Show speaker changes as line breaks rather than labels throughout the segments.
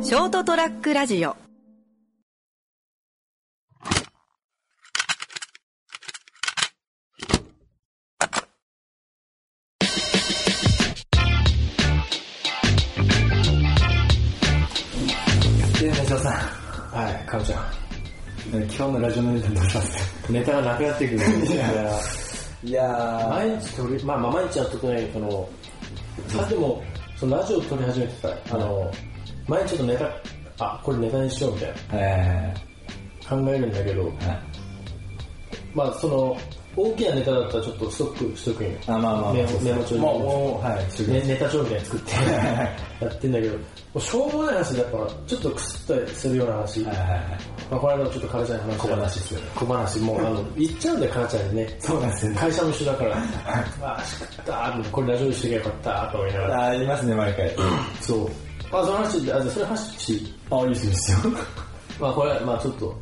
ショートトラックラジオ
で、社長さん。
はい、かおちゃん。
今日のラジオのネタどうしま す
ネタがなくなってくる。いや
いや
毎日撮り、まあまあ毎日は撮ってないけど、その、あ、でも、そのラジオ撮り始めてから、あの、毎日ちょっとネタ、あ、これネタにしようみたいな
ー、え
考えるんだけど、
ー、はい
まあその、大きなネタだったらちょっとストックしとくんよ。
あ、まあまあ、
メモ
そうそう
メモ帳に
もう、もう、はい、すぐ
ね、ネタ帳みたいに作ってやってんだけど、もうしょうもない話でやっぱ、ちょっとくすっとするような話、
はいはいはい。
まあこの間もちょっとカナちゃんの話
小話ですよね
小話、もうあの、言っちゃうんだよ、カナちゃんにね。
そうなんですよね。
会社の一緒だから、ああ、しかったー、これラジオにしてけばよかったーと思いなが
あ
ら。
ー、ありますね、毎回。
そう。まあ、その話、あ、じゃあそれ話、
あ、いいですよ。
まあ、これ、まあ、ちょっと、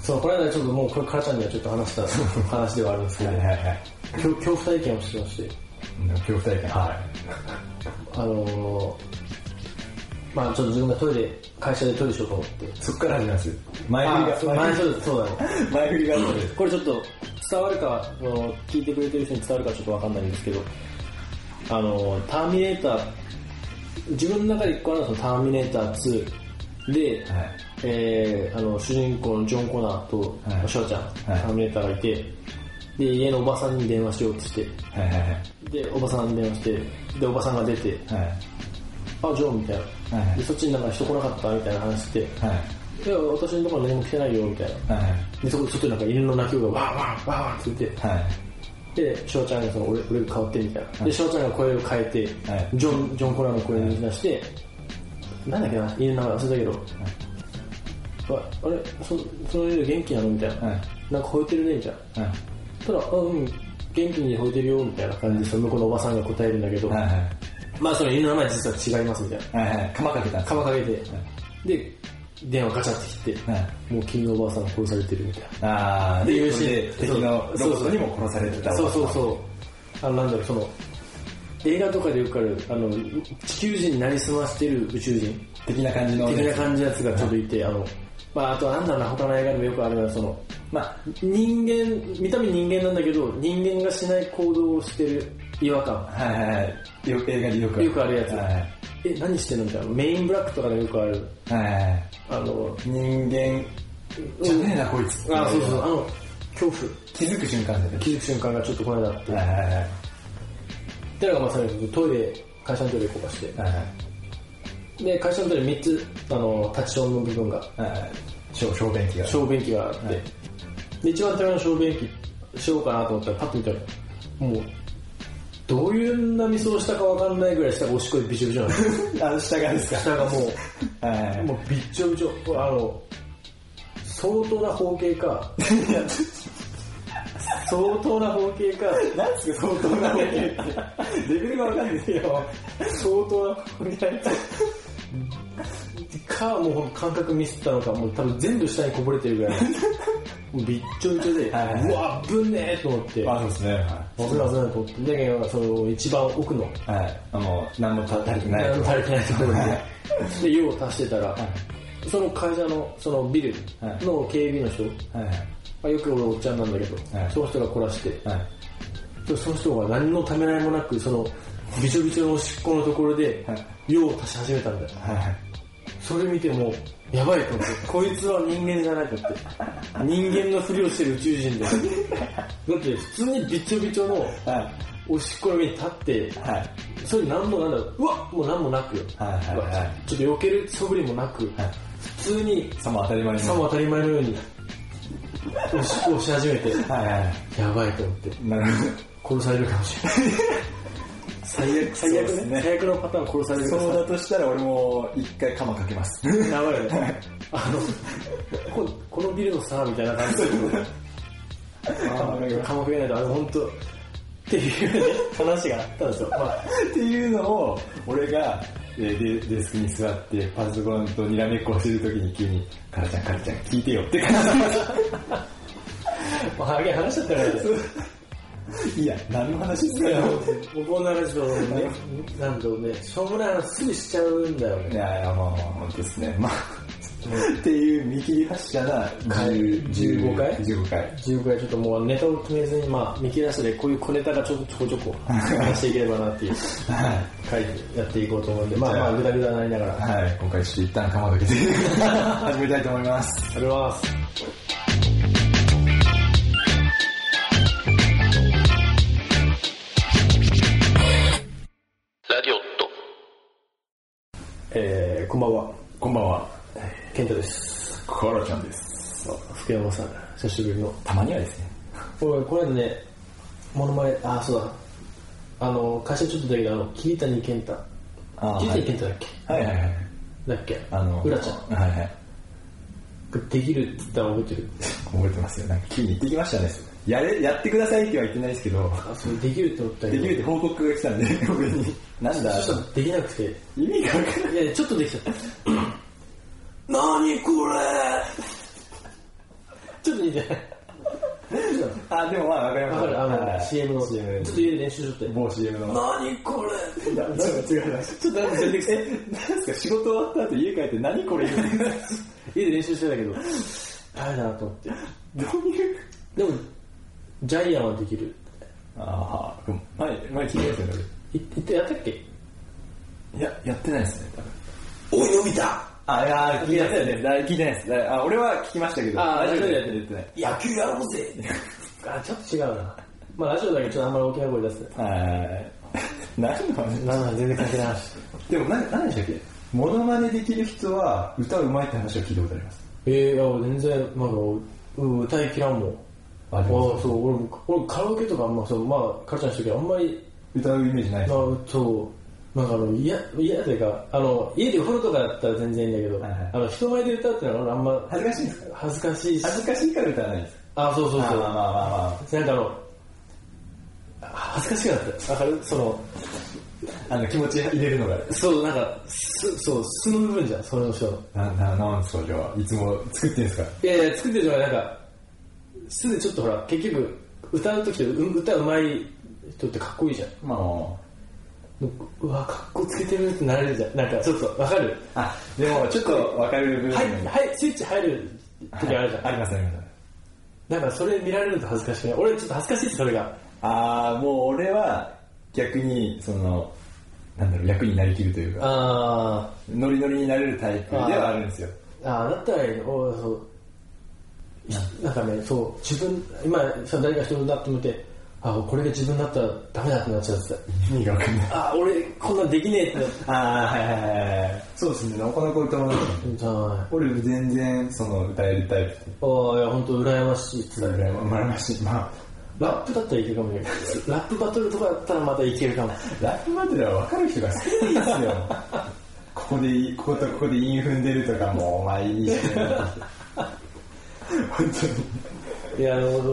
そう、これはちょっともう、これ、母ちゃんにはちょっと話した 話ではあるんですけ
はい
ど、
はいはい。
恐恐怖体験をしてまして、
恐怖体験。は
あのー、まあ、ちょっと自分がトイレ、会社でトイレしようと思って。
い。そっから始めます。前
あ、そ
振
う
りが、
前そうそうだね。
前振りがあるので。
これちょっと伝わるかあの聞いてくれてる人に伝わるかちょっとわかんないんですけどあのターミネーター自分の中で1個あるのはそのターミネーター2で、
はい
えーあの主人公のジョン・コナーと
はい
翔、ちゃん、
はい
ターミネーターがいてで家のおばさんに電話しようってして
はいはいはい。
でおばさんに電話してでおばさんが出て
はい。
「あジョン」みたいな、
はい
でそっちになんか人来なかったみたいな話して「
は
い
い。
や私のところに何も来てないよ」みたいな
はい。
でそこで外になんか犬の鳴き声がわーわーわーわーって言って、
はい。
で、翔ちゃんがその俺俺が変わってみたいな。で、翔ちゃんが声を変えて、
はい
ジョン、ジョン・コナーの声に出して、なんだっけな、家の名前忘れたけど、ああれ、そその犬元気なのみたいな。
はい
なんか吠えてるねみたいな。
はい。
ただ、あうん、元気に吠えてるよみたいな感じで、その向こうのおばさんが答えるんだけど、
はいはい。
まあその犬の名前実は違いますみたいな。
はいはい。釜かけたんです
鎌かけて、で、電話ガチャって切って、
は
もう君のおばあさんが殺されてるみたいな。
あー、
っていう
それで
シーン
敵のロボットにも殺されてた
そうそうそうあのなんだろうその映画とかでよくあるあの地球人になりすましてる宇宙人
う。的な感じの。
的な感じのやつがちょっといてあの、まあ、あとなんだろうな他の映画でもよくあるのはその
まあ、
人間見た目人間なんだけど人間がしない行動をしてる違和感
はいはいはい。よ映画でよく
よくあるやつ
はい
え何してんのみたいなメインブラックとかでよくある
はいはい。
あの
人間じゃねえな、こいつ。
あそうそうあの恐怖
気づく瞬間だよね。
気づく瞬間がちょっとこの間あって
はいはいはい
てのがまさにトイレ会社のトイレこかして
はい
で会社のトイレ3つあの立ちションの部分が
はいはい。小小便器が。
小便器があって、
はい
で一番手前の小便器しようかなと思ったらパッと見たらもうどういうなみそをしたかわかんないぐらい下がおしっこでびちょびちょなの
あの 下がです
下がも
か。はいは
うもうびっちょびちょあの相当な包茎 か
い。いや
相当な包茎か
なんですか、相当な便器って。レベルがわかんないよ。
相当な包茎かもう感覚ミスったのかもう多分全部下にこぼれてるぐらいもうびっちょびちょで、
はいはいう
わぶねえと思って
あ、そうですね。は
危ない危ないと思って。だけど、その、一番奥の、
い。はい。あの、何も足りてない
何
と
も
か。
足りてないところ
は
で、で、用を足してたら、その会社の、そのビル
はい
の警備の人、
はいはい。
まあよく俺おっちゃんなんだけど、
はい
その人が凝らして、
はい。
でその人が何のためらいもなく、その、びちょびちょのおしっこのところで
はい、
用を足し始めたんだよ。
はいはい。
それ見てもう、やばいと思って、こいつは人間じゃないと思って、人間のふりをしてる宇宙人だよ。だって、普通にびちょびちょの
は
おしっこの上に立って、
い。はい。
それなんもなんだろう、うわもうなんもなくよ。
はいはいはいう
わちょっと避ける素振りもなく、
はい。
普通に、
さも当たり前に。
さも当たり前のように、おしっこをし始めて、
はいはい。
やばいと思って、
なるほど。
殺されるかもしれない。最悪、最悪
そうです
ね。
ね
最悪のパターン殺されるかも
そうだとしたら俺も一回鎌かけます。
やばいよね。あの、ここのビルのさ、みたいな感じで、
っ
かまくれないと、あの、本当っていうね、話があったんですよ。まあ、
ていうのを、俺が、えーデデスクに座ってパソコンとにらめっこをしてるときに急に、カラちゃんカラちゃん聞いてよって感じ。
まあ、あげ話しちゃったからね。
いや、何の話ですかよ。
僕この話をね、なんだろうね、しょうもない話すぐしちゃうんだよ
い
ね。
やいや、まあまあ、本当ですね。まあ、っていう見切り発車な10
15回
?15 回。
自分からちょっともうネタを決めずに、まあ、見切らしでこういう小ネタがちょちょこちょこ話していければなっていう
は
回やっていこうと思うんで、まあまあ、ぐだぐだなりながら。
い。はい、今回ちょっと一旦釜どけて始めたいと思います。
ありがとうございます。えー、こんばんは、
こんばんは、
健太です。
コロちゃんです。
あ福山さん、久しぶりの。
たまにはですね。
おい、これね、モノマネ、あ、そうだ。あの、会社ちょっとだけど、あの、桐谷健太。
あ
桐
はい
谷健太だっけ
はいはいはい。
だっけ
あの、
浦ちゃん
はいはい。
ができるって言ったら覚えてる。
覚えてますよ。なんか、急に行ってきましたね。やれ、やってくださいっては言ってないですけど、
あ、そう、できるって思ったけ
で
ど。
きるって報告が来たんで、 俺に。なんだ
そしたらできなくて。
意味がわかんない。
いや、ちょっとできちゃった。なにこれちょっと似 てない。
あ、でもまあ、わかりま
わ
し
かる
た。
あの、CM の。ちょ
CM
っと家で練習しとって。
某 CM の。
なにこれ
なんか違うな。
ちょっと待って、全然
え、なんですか、仕事終わった後家帰って何これ言うの
家で練習してたけど、大変だなと思って。
どういう。
でも、ジャイアンはできる。
ああ、でも前、前聞いてましたよね。
い言ってやったっけ
いや、やってないですね、多分。
おい、伸びた
あ、いやー、聞いてないですね。だ聞いてないです。だあ、俺は聞きましたけど、
あー
ラジオでやって
ラジオで
言ってない。
野球やろうぜあ、ちょっと違うな。まあラジオだけどちょっとあんまり大きな声出すね。
はい。何の話
なんなん全然関係ない話。
でも、な、何でしたっけモノマネできる人は歌うまいって話は聞いたことあります。
えー、いや全然、なんか、うん歌いきらんもん。
あ
あ
ります
そう、俺も、俺もカラオケとかあんま、そう、まあ、カルちゃんしてるけど、あんまり、
歌うイメージな
ま
いで。
すあ、そう、なんかあの、嫌、嫌というか、あの、家でお風呂とかだったら全然いいんだけど、
はいはい
あの、人前で歌うっていうのは俺あんま、
恥ずかしいんですか
恥ずかしいし、
恥ずかしいから歌わないんです。
あ、そうそう
まあ
そ
まあ
う。
まあまあ
なんかあの、恥ずかしくなった。わかるその、
まあ。あの、気持ち入れるのが。
そう、なんか、す、そう、素の部分じゃん、その人の。
な、な、なんですか、じゃあ。いつも作ってんですか
いやいや、作ってる人がなんか、すでちょっとほら、結局、歌う時って、うん歌うまい人ってかっこいいじゃん。
まあ、
もううわ、かっこつけてるってなれるじゃん。なんか、ちょっと、わかる
あ、でも、ちょっとわかる部分
はい、はい、スイッチ入る時あるじゃん。
あります、あります。
なんか、それ見られると恥ずかしくない。俺、ちょっと恥ずかしいです、それが。
あー、もう俺は逆に、その、なんだろう、役になりきるというか、
あ
ノリノリになれるタイプではあるんですよ。
ー、あーだったらいいの。おーそうなんかね、そう、自分、今、さ誰か人だって思って、あ、これが自分だったらダメだってなっちゃうって
意味がわかんない。
あ、俺、こんなんできねえってなっ
あー、はいはいはいはい。そうですね、なかなか歌わない。
じゃあ、
俺全然、その、歌えるタイプ。
ああ、いや、本当羨ましいって言って
羨まましい。まあ、
た。ラップだったらいけるかもいけない。ラップバトルとかだったらまたいけるかも。
ラップバトルはわかる人が少ないんですよ。ここでいい、こことここで韻踏んでるとか、もうお前いいし。本当に。
いや、そうそ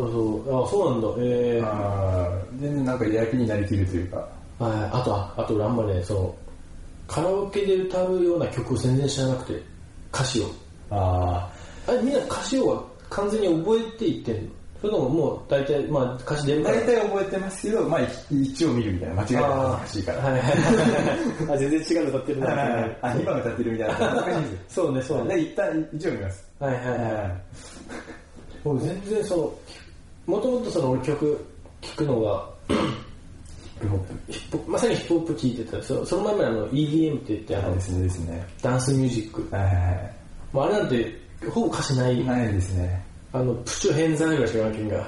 う。あ、そうなんだ。えー、
あー全然なんか役になりきるというか。
ああと、ああと俺あんまね、その、カラオケで歌うような曲を全然知らなくて、歌詞を。
あ
あれ、みんな歌詞をは完全に覚えていってんのそれとももう大体、まあ歌詞出る
ー
から
大。体覚えてますけど、まあ一応見るみたいな。間違えたら恥ずかしいから。
はいはいはい はい。あ、全然違うの歌ってるな。
あ、2番歌ってるみたいな。恥ずかしいんですよ。
そうね、そうね。
で、一旦一応見ます。
はいはいはい。俺全然そのもともとその俺曲聴くのが
ルホップ。
ヒップホップまさにヒップホップ聴いてたそその前まであの EDM って言ってあの、
ですね、ですね。
ダンスミュージック、
はいはい
まあ、あれなんてほぼ歌詞ない、
はい。ないですね。
あのプチョ偏在ぐらいしか言わんけんが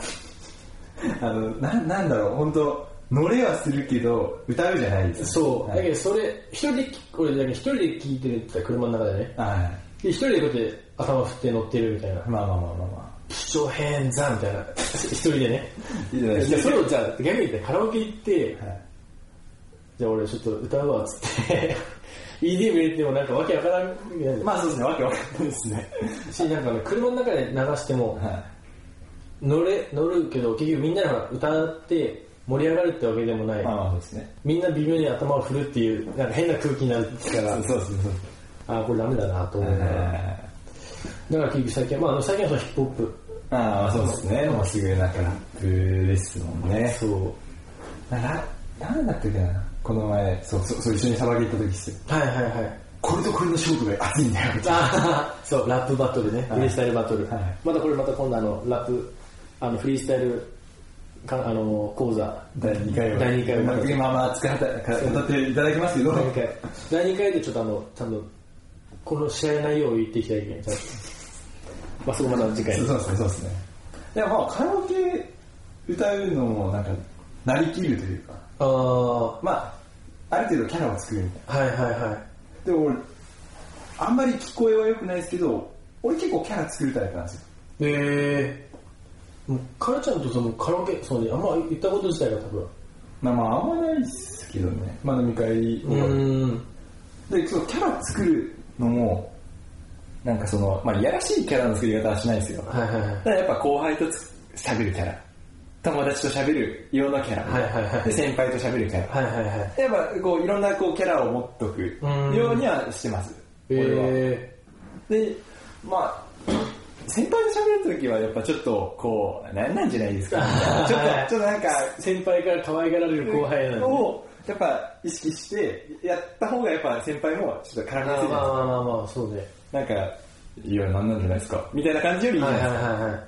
あの、な、なんだろう、本当乗れはするけど、歌うじゃないです。
そう、
はい
だけどそれ一人で聴く俺だけど一人で聴いてるって言ったら車の中でね
は。
で一人でこうやって頭振って乗ってるみたいない
まあまあまあまあま
プチョ偏在みたいな 一人でね
あ。いいじゃない
いや
です
そ
か。
れをじゃあ逆に言ってカラオケ行って、
はい
じゃあ俺ちょっと歌うわっつって EDM 入れてもなんかわけわからんみたいな
まあそうですね、わけわかんないですね。
しなんかね車の中で流しても
は
乗れ乗るけど結局みんなが歌って盛り上がるってわけでもない
い。まあまあそうですね。
みんな微妙に頭を振るっていうなんか変な空気になるか
そ
ら
うそうそうそう。
ああこれダメだなと思う
は
か
いは
ら
いはい
だから結局最近まああの最近はそのヒップホップ
ああ、そうですね。もうすぐなんかラップですもんね。
そう。
な、ななんだったっけな。この前、そう、そう、そう一緒にサバゲ行った時ですよ。
はいはいはい。
これとこれの勝負が熱いんだよ、みたいな。
あーそう、ラップバトルね。フ
い
リースタイルバトル。
はい
またこれまた今度あの、ラップ、あの、フリースタイルか、あの、講座。
第2回は。
第二回は
まあ、まあまあ熱く語っていただきますけど、
第2回。第2回でちょっとあの、ちゃんと、この試合内容を言っていきたいけない。ちゃんとまあ、そこまた次回
そう
に。
そうですね、そうですね。でもまあ、カラオケ歌うのも、なんか、なりきるというか、
ああ、は
まあ、ある程度キャラを作るみたい
いはいはい。
な。でも俺、あんまり聞こえは良くないですけど、俺結構キャラ作るタイプなんですよ。
えー、もう、カラちゃんとそのカラオケ、そうね、あんま行ったこと自体が多分。
まあまあ、あんまないですけどね。まあ飲み会も
うん。
で、そう、キャラ作るのも、なんかその、まあ、いやらしいキャラの作り方はしないんですよ。
はいはいはい。
ただやっぱ後輩とつ喋るキャラ。友達と喋るようなキャラ。
はいはいはい
で先輩と喋るキャ
は
ラ。
いはいはい。
やっぱこういろんなこうキャラを持っとく
うん
ようにはしてます。俺は。
え
で、まあ、先輩と喋るときはやっぱちょっとこう、なんなんじゃない ですか。ちょっと、ちょっとなんか、
ー、先輩から可愛がられる後輩なんで。
をやっぱ意識して、やった方がやっぱ先輩もちょっと絡み
ま
や
あ
す
まあ
いじゃないですか
まあまあまあ、そうね。
なんか、いや、なんなんじゃないですか。みたいな感じよりいいじゃ
はい
な
はいい
です
は
か。
いはい。
っ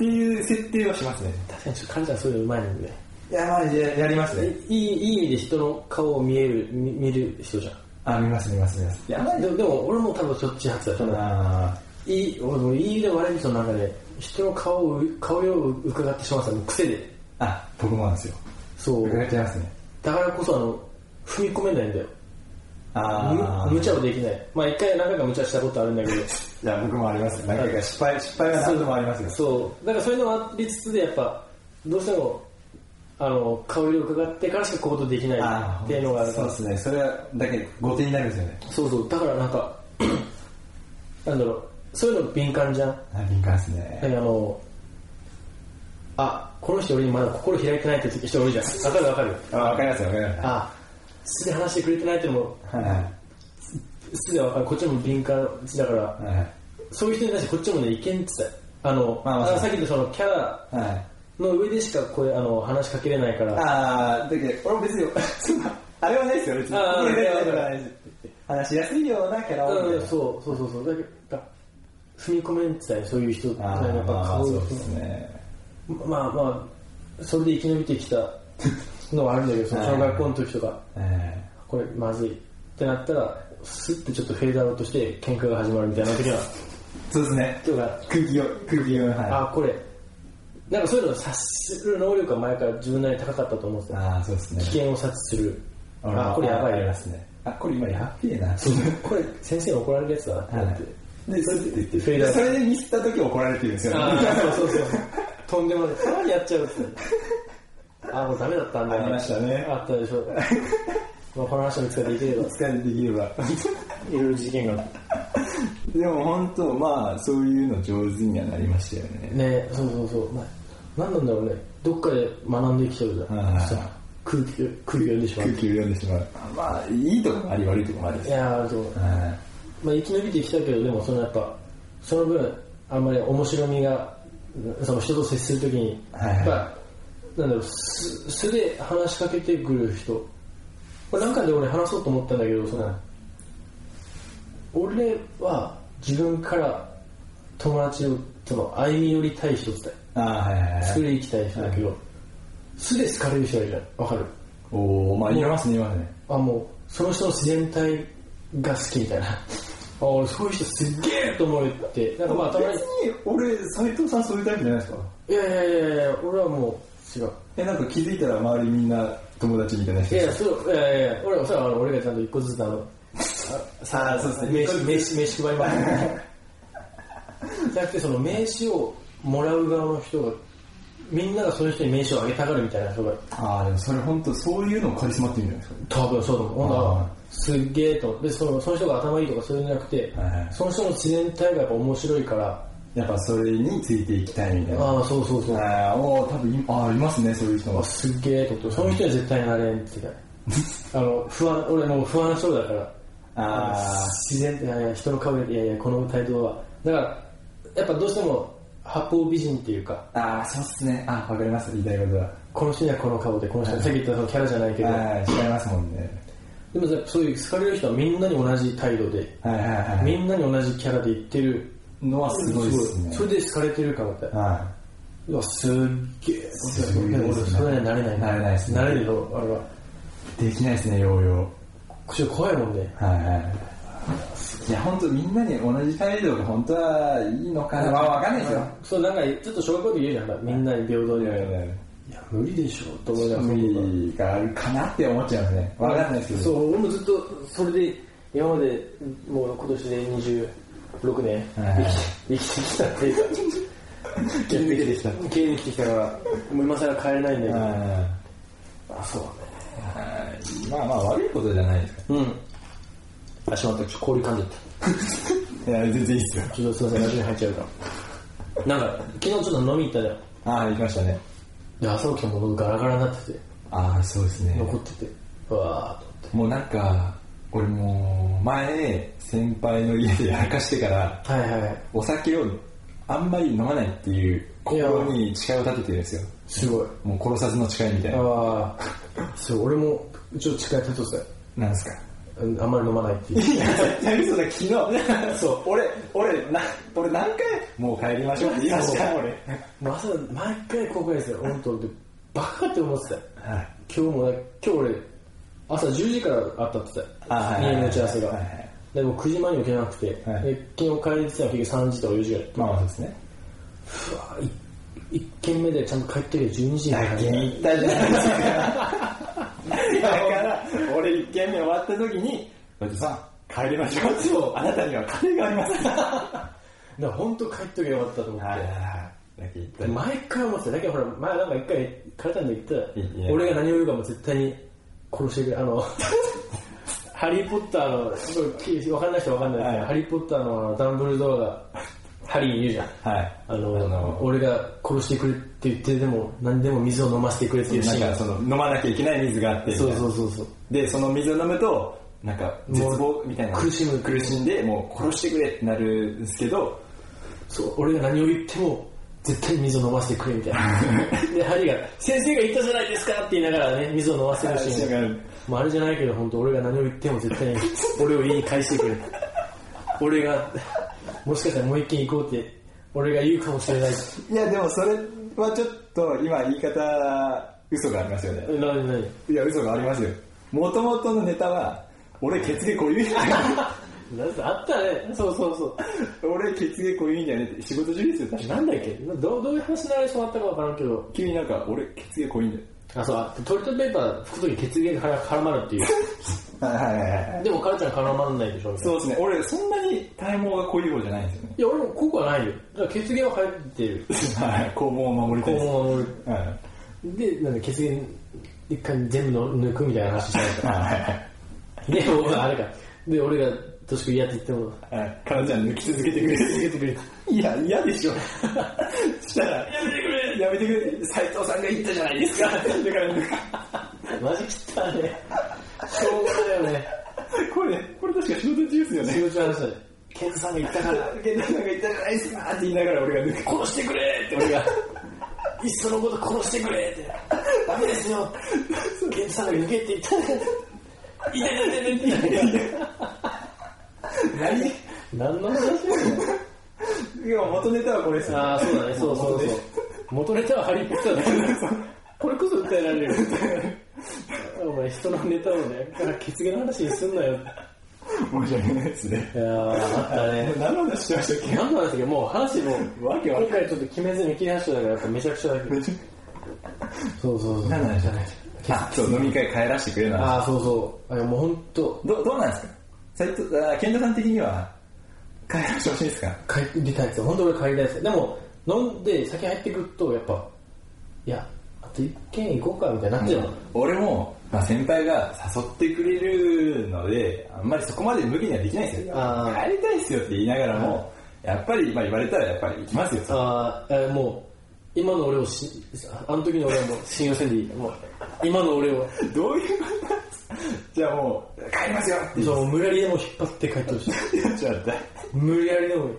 ていう設定はしますね。
確かにちょっとカラちゃんそういうのうまいもんね。
いや、まあ、ややりますね。
いいいい意味で人の顔を見える、見見る人じゃん。
あ、見ます見ます見ます。いや、まあ
ででも俺も多分そっち発だと思う。
あ
いい、俺もいい意味でも悪い意味でもなんかね、人の顔を、顔色を伺ってしまうんですよもう癖で。
ーあ、僕もなんですよ。
そう。
僕やっちゃいますね。
だからこそあの、踏み込めないんだよ。
あ
む無
ー
茶をできない。まあ一回何回か無茶したことあるんだ けど。
いや、僕もありますよ。何回か失敗、失敗は何度もありますよ。
そう。だからそういうのもありつつで、やっぱ、どうしても、あの、香りを伺ってからしか行動できない
あー
っていうのがあるか
そう
ら。
ですね。それは、だけど、後手になるんですよね。
そうそう。だからなんか、 なんだろう、そういうの敏感じゃん。
あ敏感です
な
ね。
んかあの、あ、この人俺にまだ心開いてないって人おるじゃん。わかるわかる。
あ、わかりますよ、わかります。
あ、素で話してくれてないってのも、
は
素でわかる。こっちも敏感だから、
い。はい。
そういう人に対してこっちもね、意見伝え。あの、
まあまあそう
さっきのそのキャラ
はい。
の上でしかこれあの話しかけれないから、
あー、だけど、俺も別に、そんなあれはないですよ、別に。
あー
いやいやいや
わかるわか
話しやすいようなキャラをみたい
うん
な。
そうそうそうそうだけど踏み込めんってたよそういう人って
あ
やっ
ーま
ぱ
あ
顔
そうですね。
まあまあそれで生き延びてきたのはあるんだけどその小学校の時とか
え
これまずいってなったらスッてちょっとフェードアウトして喧嘩が始まるみたいな時は
ーそうですね。
とか
空気読空気読む。はい。
あこれなんかそういうのを察する能力が前から自分なりに高かったと思うんですよ
ああ、そうですね
危。険を察知する
俺も
あこれやば
あり
い
ますね。あ、これ今やべえな。
これ先生に怒られるやつだなと思って。
で、それで
フェードアウト
それでミスった時怒られてるんですよね。
あーそうそうそう。とんでもない。たまにやっちゃうっすねあー、もうダメだったんだ。
ありましたね
あったでしょ。まあ、この話もいつかできれば。
使いできれば。
いろいろ事件が。
でも本当、まあ、そういうの上手にはなりましたよね。
ねそうそうそう。まあ、何なんだろうね。どっかで学んできてるじゃん。
はいはい
そしたら空気、空気が出てしま
空
う。
気を読んでしまう。まあ、いいとこもあり、悪いとこもありで
い
す。
やー、あると思う。
は
まあ、生き延びてきたけど、でも、そのやっぱ、その分、あんまり面白みが、その人と接するときに、
はい
やっぱ、なんだろう、素素で話しかけてくる人。これなんかで俺話そうと思ったんだけど、その、
はい
俺は自分から友達を、その、歩み寄りたい人って言っ
ああ、はいはい
たよ、素
はい。
で行きたい人だけど、素で好かれる人がいるじゃん。わかる
おおまあ、言いますね、言いますね。
あ、もう、その人の自然体が好きみたいな。 あ、俺そういう人すっげえと思うって。なんかまあ、たまに、
に、俺、斎藤さんそういうタイプじゃないですか。
いやいやいやいや、俺はもう違う。
え、なんか気づいたら周りみんな友達みたいな人
いやい
で
や、
す。
そう、いやいやいや、俺はそれは俺がちゃんと一個ずつあの、
さあ、そうですね。
名刺、名刺、名刺配り ます。じゃなくて、その名刺をもらう側の人が、みんながそういう人に名刺をあげたがるみたいな人が、
ああ、でもそれ本当そういうのカリスマって意味じゃないです
多分そうだもん。ほんな
あ
らすっげえと思って、でその、その人が頭いいとかそういうんじゃなくて
はいはい、
その人の自然体がやっぱ面白いから、
か。やっぱそれについていきたいみたいな。
ああ、そうそうそう。
ああ、おお多分いああ、いますね、そういう人
あ
も。
すっげえと思って、その人には絶対なれんって言ってたあの、不安、俺もう不安そうだから、
あ
自然いやいや人の顔でいやいやこの態度はだからやっぱどうしても八方美人っていうか、
ああ、そうっすね。あわかります。言いたいことは。
この人にはこの顔で、この人は、さっき言ったそのキャラじゃないけど、
はい、違いますもんね。
でもさそういう好かれる人はみんなに同じ態度で、
はいはいは
み
い。
んなに同じキャラで言ってる。
のはすごいっすね。
それで好かれてるかもって。
は
うわ、すっげえ。
すごいですね
俺、それにはなれない。
なれないですね
なれるよ、あれは。
い。できないですね、ヨーヨー。
口が怖いもんね。
はいはい。いや、本当みんなに同じ態度が本当はいいのかな。まあ、わかんないですよ。
そう、なんか、ちょっと小学校で言うじゃんなんか、みんなに平等
い
に。
やい
い
やいや
や、無理でしょ、と思いながら。
無理があるかなって思っちゃいますね。わかんないですけ
そ
ど。
う、俺もずっと、それで、今まで、もう今年で26年、
はいはい
生きて生きてきたっていうか、
切り抜けてきた。
経験してきたから、もう今更変えれないんだけど、
は
あ、そう
いまあまあ悪いことじゃないですか
だね。うん。あ、しまった、ちょっと氷噛んじゃった。
ら。いや、全然いいですよ。
ちょっとすいません、ラジオに入っちゃうから。なんか、昨日ちょっと飲み行ったじゃん。
ああ、行きましたね。
で、朝起きたらもうガラガラになってて、
ああ、そうですね。
残ってて、うわーっと思って。
もうなんか、俺もう前、先輩の家でやらかしてから、
はいはい。
お酒をあんまり飲まないっていう心に誓いを立ててるんですよ。
すごい。
もう殺さずの誓いみたいな。
ああ、そう、俺も、ちょっと近い立つ
なんですか
あんまり飲まないっていう。
いや、絶対嘘だ、昨 日。そう、俺、俺、な、俺何回、もう帰りましょうって言いました、俺。
まさ毎回後悔ですよ、本当で、バカって思ってたよ。
はい。
今日もね、今日俺、朝10時からあったって
あ
た
はい
よ。
はい
家の打ち合わせ
は
が
いはい。
でも9時前に起きれなくて、
はい
で昨日帰りてたの結局3時とか4時ぐらい。
まあそうですね。
うわい一軒目でちゃんと帰ってるよ12時に
だ
帰る
けに行ったじゃないですか。 だから、俺一軒目終わった時に、おじさん、帰りましょうって。あなたには金がありますから。
だから本当帰っとけばよかったと思
は
っ
いはい
て
はい。だけ行ったり。
毎回思ってただけどほら前なんか一回彼らに言った
いいね
ら俺が何を言うかも絶対に殺してくれあ のハリー・ポッターのすごいわかんない人わかんないけど、
はい
ハリー・ポッターのダンブルドアがハリーに言うじゃん
はい。
あの
あの
俺が殺してくれって言ってでも何でも水を飲ませてくれっていうシ
な
ー
ん
ン
か
が
その、飲まなきゃいけない水があって。
そうそうそうそう
で、その水を飲むと、なんか、絶望みたいな。
もう苦しむ
苦しんで、もう殺してくれってなるんですけど、
そう俺が何を言っても絶対に水を飲ませてくれみたい なでハリーが「先生が言ったじゃないですか」って言いながらね水を飲ませるシーン
はい
まあ、あれじゃないけど本当俺が何を言っても絶 対に俺を家に返してくれ俺がもしかしたらもう一軒行こうって俺が言うかもしれない
いや、でもそれはちょっと、今言い方、嘘がありますよね。
何何
いや、嘘がありますよ。もともとのネタは、俺、血毛濃い。
なんかあったねそうそうそ
俺、血毛濃いんだよねって、仕事中ですよ、確
う
か
なんだっけなどうどういう話になりそうだったか分からんけど
急になんか、俺、血毛濃いんだよ。
あそうあトイレットペーパー拭く時血液が絡まる っていう
はいはいはいはい。
でもカルちゃん絡まんないでしょみたいな
そうですね、俺、そんなに体毛が濃い方じゃないんですよね。
いや俺も濃くはないよだから血源は入ってる
はい、肛門を守りた
肛
いです。
門を守
はい
るでなんか血源一回全部の抜くみたいな話しないか
はい
で俺あれかで俺が年食いやって言っても
はい。彼女は抜き続けてくれ。続けてくれ。いや、嫌でしょ。したら、やめてくれやめてくれ斎藤さんが言ったじゃないですか。だから抜
マジ切ったねしょうがないよね
く、これ、これ確か仕事中ですよね。
仕事の話だねケンさんが言ったから
源田さんが言ったじゃないですかって言いながら俺が抜く。
殺してくれって俺がいっそのこと殺してくれってダメですよケンさんが抜けって言ったからいてててててて
何
何の話だよ
いや、元ネタはこれです
ああ、そうだね、そうそうそう。元ネタはハリー・ポッターだよこれこそ訴えられるよ。お前、人のネタをね、から血芸の話にすんなよ。い
申し訳ないですね。
やー、あったね。
何の話してましたっ
何の話だっけもう話もう、
わけわかん
今
な
回
い
ちょっと決めずに切り離したから、やっぱめちゃくちゃだけど。
け
そうそうそう。
何の話だっけあ、そう、飲み会帰らせてくれな
ああ、そうそう。あいやもう本当
どどうなんですか斎藤、あ健太さん的には、帰らせてほしいですか
帰りたいですよ。本当俺帰りたいですよ。でも、飲んで酒入ってくると、やっぱ、いや、あと一軒行こうか、みたいになっちゃうの。
俺も、まあ、先輩が誘ってくれるので、あんまりそこまで無理にはできないですよ。
あー
帰りたいですよって言いながらも、やっぱり、まあ、言われたらやっぱり行きますよ。
あーえーもう、今の俺をし、あの時の俺はもう信用せんでいい。もう、今の俺を、
どういうことなんですかじゃあもう、帰りますよって
そう無理やりでも引っ張って帰ってほしい。
言っちゃった。
無理やりでも引っ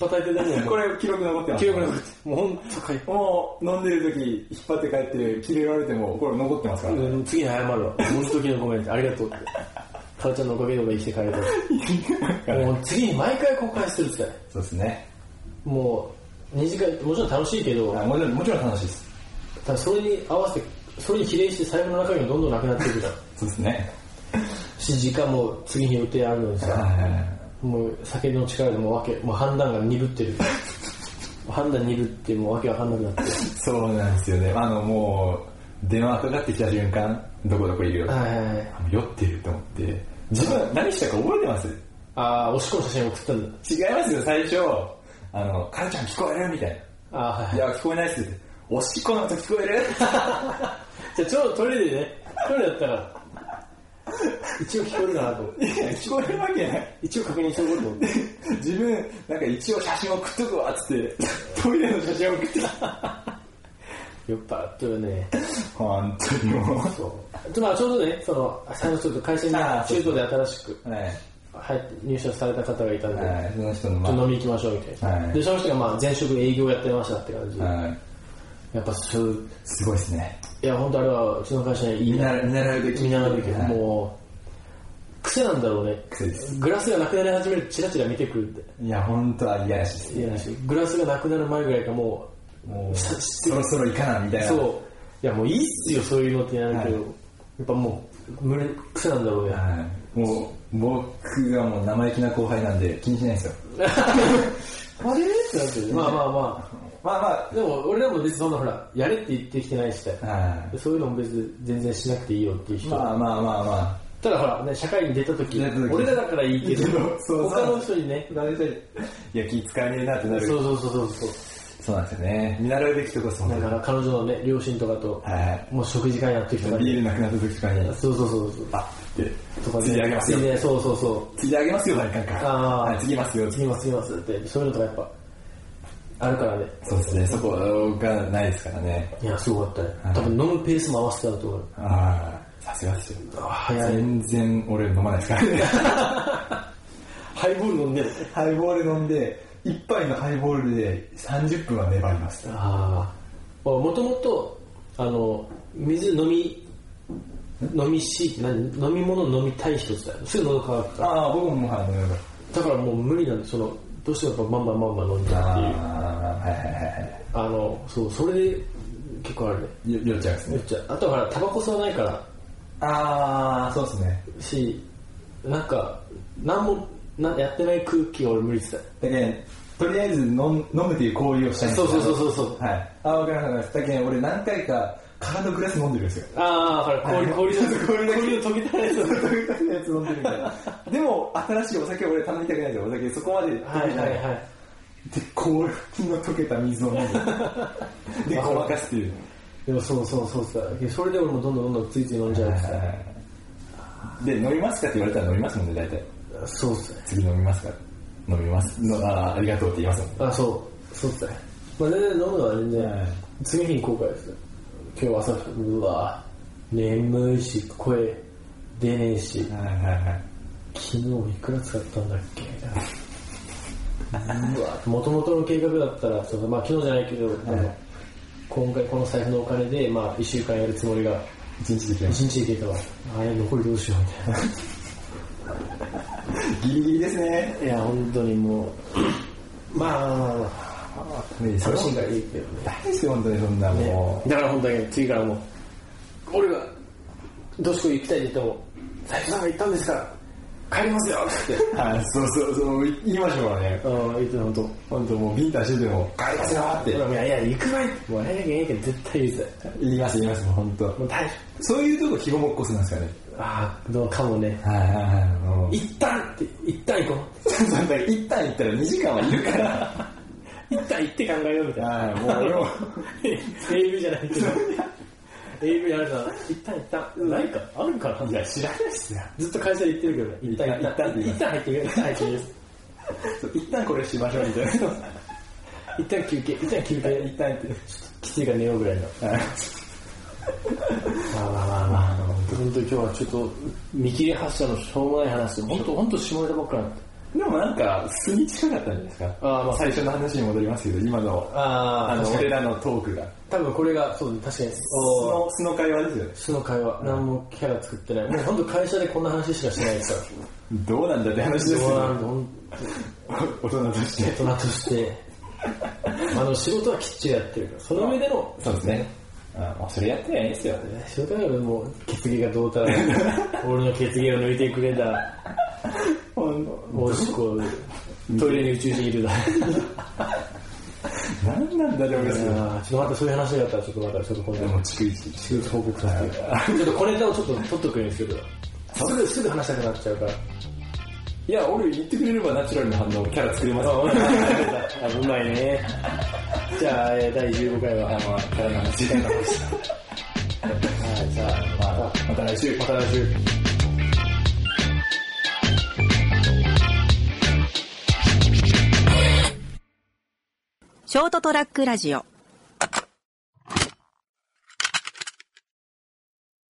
叩いてでも、
これ記録残ってます
記録なくて、もう本当かい。
もう飲んでる時引っ張って帰って切れられてもこれ残ってますから、ね、
うん次に謝るわ。もう一時のごめんって、ありがとうって。カルちゃんのおかげで俺生きて帰れた。もう次に毎回告白するっつって。
そうですね
もう、二次会もちろん楽しいけど、
あもちろんもちろん楽しいです
ただそれに合わせて、それに比例して財布の中身がどんどんなくなっていくじゃん。
そうですね
し、時間も次に予定あるのにさ。もう酒の力でもうわけ、もう判断が鈍ってる。判断鈍ってもうわけわかんなくなって。
そうなんですよねあのもう電話かかってきた瞬間どこどこいるよ、
はいはいはい。
酔ってると思って自分何したか覚えてます
ああ、おしっこの写真送ったんだ。
違いますよ最初あの「カルちゃん聞こえる?」みたい
ああ、はい
な「いや聞こえないっす」って「おしっこの音聞こえる?
じゃあ、ちょうどトイレでね、トイレだったら、一応聞こえるかなと思っ」て。
いや聞こえるわけない
一応確認しておこうと思って。
自分なんか一応写真送っとくわっつってトイレの写真送ってた
酔っ払ってるね。
本当にもう
そう。でまあ、ちょうどね、その、最初ちょっと会社に
ああそう
中
そ
途で新しく
はい
入って入社された方がいたんで、
はいその人の
ちょっと
ま
飲み行きましょうみたいな。
はい
で、その人がまあ前職営業やってましたって感じで。
あはい
やっぱそう、
すごいですね
いや、本当あれはうちの会社にいい
見
な、
習見習うべき
見習うべき、
はい
もう、癖なんだろうね。
癖です
グラスがなくなり始めるとチラチラ見てくるって。
いや本当は嫌らしいです
いやグラスがなくなる前ぐらいかも
もう
さ
そろそろ行かなみたいうな
そういやもういいっすよそういうのってなるけど、
はい
やっぱもう無理癖なんだろうね
はいもう僕がもう生意気な後輩なんで気にしないですよ
あれってなってるまあまあま
まあま
あでも俺らも別にそんなほらやれって言ってきてないしさ
あはい
そういうのも別に全然しなくていいよっていう人、
まあまあまあまあ
ただほら、ね、社会に出た時
出た時
俺らだからいいけど
いいけど そう
他の人にね
大体いや気使えねえなってな
そう
る
そうそうそうそ
そうなんですよね見習うべきとこそううな
だ
ん
から彼女のね両親とかと、
は
もう食事会やってる人と
い
か
ビー
に
ルなくなった時とかに
そうそうそうそう
あって
とか
次あげますよ
ついでそうそうそう
次あげますよ大官か
あー
はい次いますよ
次も次もすってそういうのとかやっぱあるからね
そうですねそこがないですからね
いやすごかったね
はい
多分飲むペースも合わせてたと思う
ああさすがですよ
あ早い
全然俺飲まないですからね
ハイボール飲んで
ハイボール飲んで一杯のハイボールで30分は粘ります
ああもともとあの水飲み飲みし何飲み物飲みたい人って言ったよすぐ喉乾くから
ああ僕ももうはい飲めば
だからもう無理なんでそのどうしてもやっぱバンバンバンバン飲んじゃうっていう
ああはいはいは
あのそうそれで結構あるね
いよ酔っちゃうんです
めっ
ね
ちゃあとはほらタバコ吸わないから
ああそうですね
しなんか何もなやってない空気が俺無理って
だけんとりあえず飲む飲むという行為をしたい
た
んで
そうそ
すよ
うそうそうそう
はいああ分からなかったですだけん俺何回か空のグラス飲んでるん ですよ
ああだから氷 氷の氷の氷を溶けたやつ
そういう感じのやつ飲んでるみたいな。でも、新しいお酒俺頼みたくないで、お酒そこまで
はいはいはい
で、氷の溶けた水を飲ん で。で、ごまかすっていう。
でもそうそうそうそうそれで俺もどんどんどんどんついつい飲んじゃうってさ
で、飲みますかって言われたら飲みますもんね、大体。
そうっすね
次飲みますか飲みます。のあーありがとうって言いますもんね。
あそうそうっすねまあ全然飲むのは全
は
然
い
次の日に後悔ですよ今日朝うわ眠いし声出ねえし
はいはいはい。
昨日いくら使ったんだっけうわもともとの計画だったらその、まあ、昨日じゃないけど、あの今回この財布のお金で、まあ、1週間やるつもりが
一日できま
1
す。
日でいけたわあれ残りどうしようみた い
ギリギリですね。
ないや本当にもうまあ楽しいからいいけどね
大好き、本当にそんなもう。
だから本当に次からもう俺がどしこ行きたいって言っても財布さんが行ったんですから帰りますよって
はい、そうそう、そう、言いましょうからね。
うん言って本当
本当もうビンタしてても、帰りますよって
い。やいや行くわいもう会えなきゃいけないけど絶対言うぜ
言います、言います、もう本当。
もう大丈
そういうとこ、ひごもっこすなんですかね。
夫ああどうかもね
はいはいはい。
一旦って一旦行こ
一旦行ったら2時間はいるから。
う一旦行って考えようみたいな
はい、もう俺も。
AV じゃないけ ど AV あるな一旦一旦ないかあるんかない
や、知らないっすよ。
ずっと会社で言ってるけどね一旦
一旦
一旦一旦入っていいよ一旦入っていいです
一旦これしましょうみたいな。
一旦休憩一旦休憩
一旦って。
きついから寝ようぐらいのまあまあまあまあ本当に今日はちょっと見切り発車のしょうもない話本当本当下ネタばっかりなんで
でもなんか、素に近かったんじゃないですか。
あーまあ
最初の話に戻りますけど、今の、
あ
あ
あ
の、
の
俺らのトークが。
多分これがそう確かに
素の、素の会話ですよね。
素の会話何もキャラ作ってないもう本当会社でこんな話しかしてないですか
どうなんだって話で
ら
すよ
そうなんだ本
大人とし
当大
て。
人として あの仕事はきっちりやってるからその上での
そうですね。あまあ、それやってりゃいいんですよ。
仕事はもう血芸がど うたら俺の血芸を抜いてくれた
ほんと
おしっこトイレに宇宙人いるだ
なんなんだろう
い
で
や
すよ。
ーちょっとまたそういう話があったらちょっとまたちょっと今
で
度
も、逐一。
仕事報告させてちょっとこれをちょっと取っとくようにするわすぐすぐ話したくなっちゃうから
いや、俺言ってくれればナチュラルな反応、キャラ作れますよ。
あうまいね。じゃあ、えー第15回は、
あの、キャラの話。
はい、じゃあ、また、
また来週。
また来週。
ショートトラックラジオ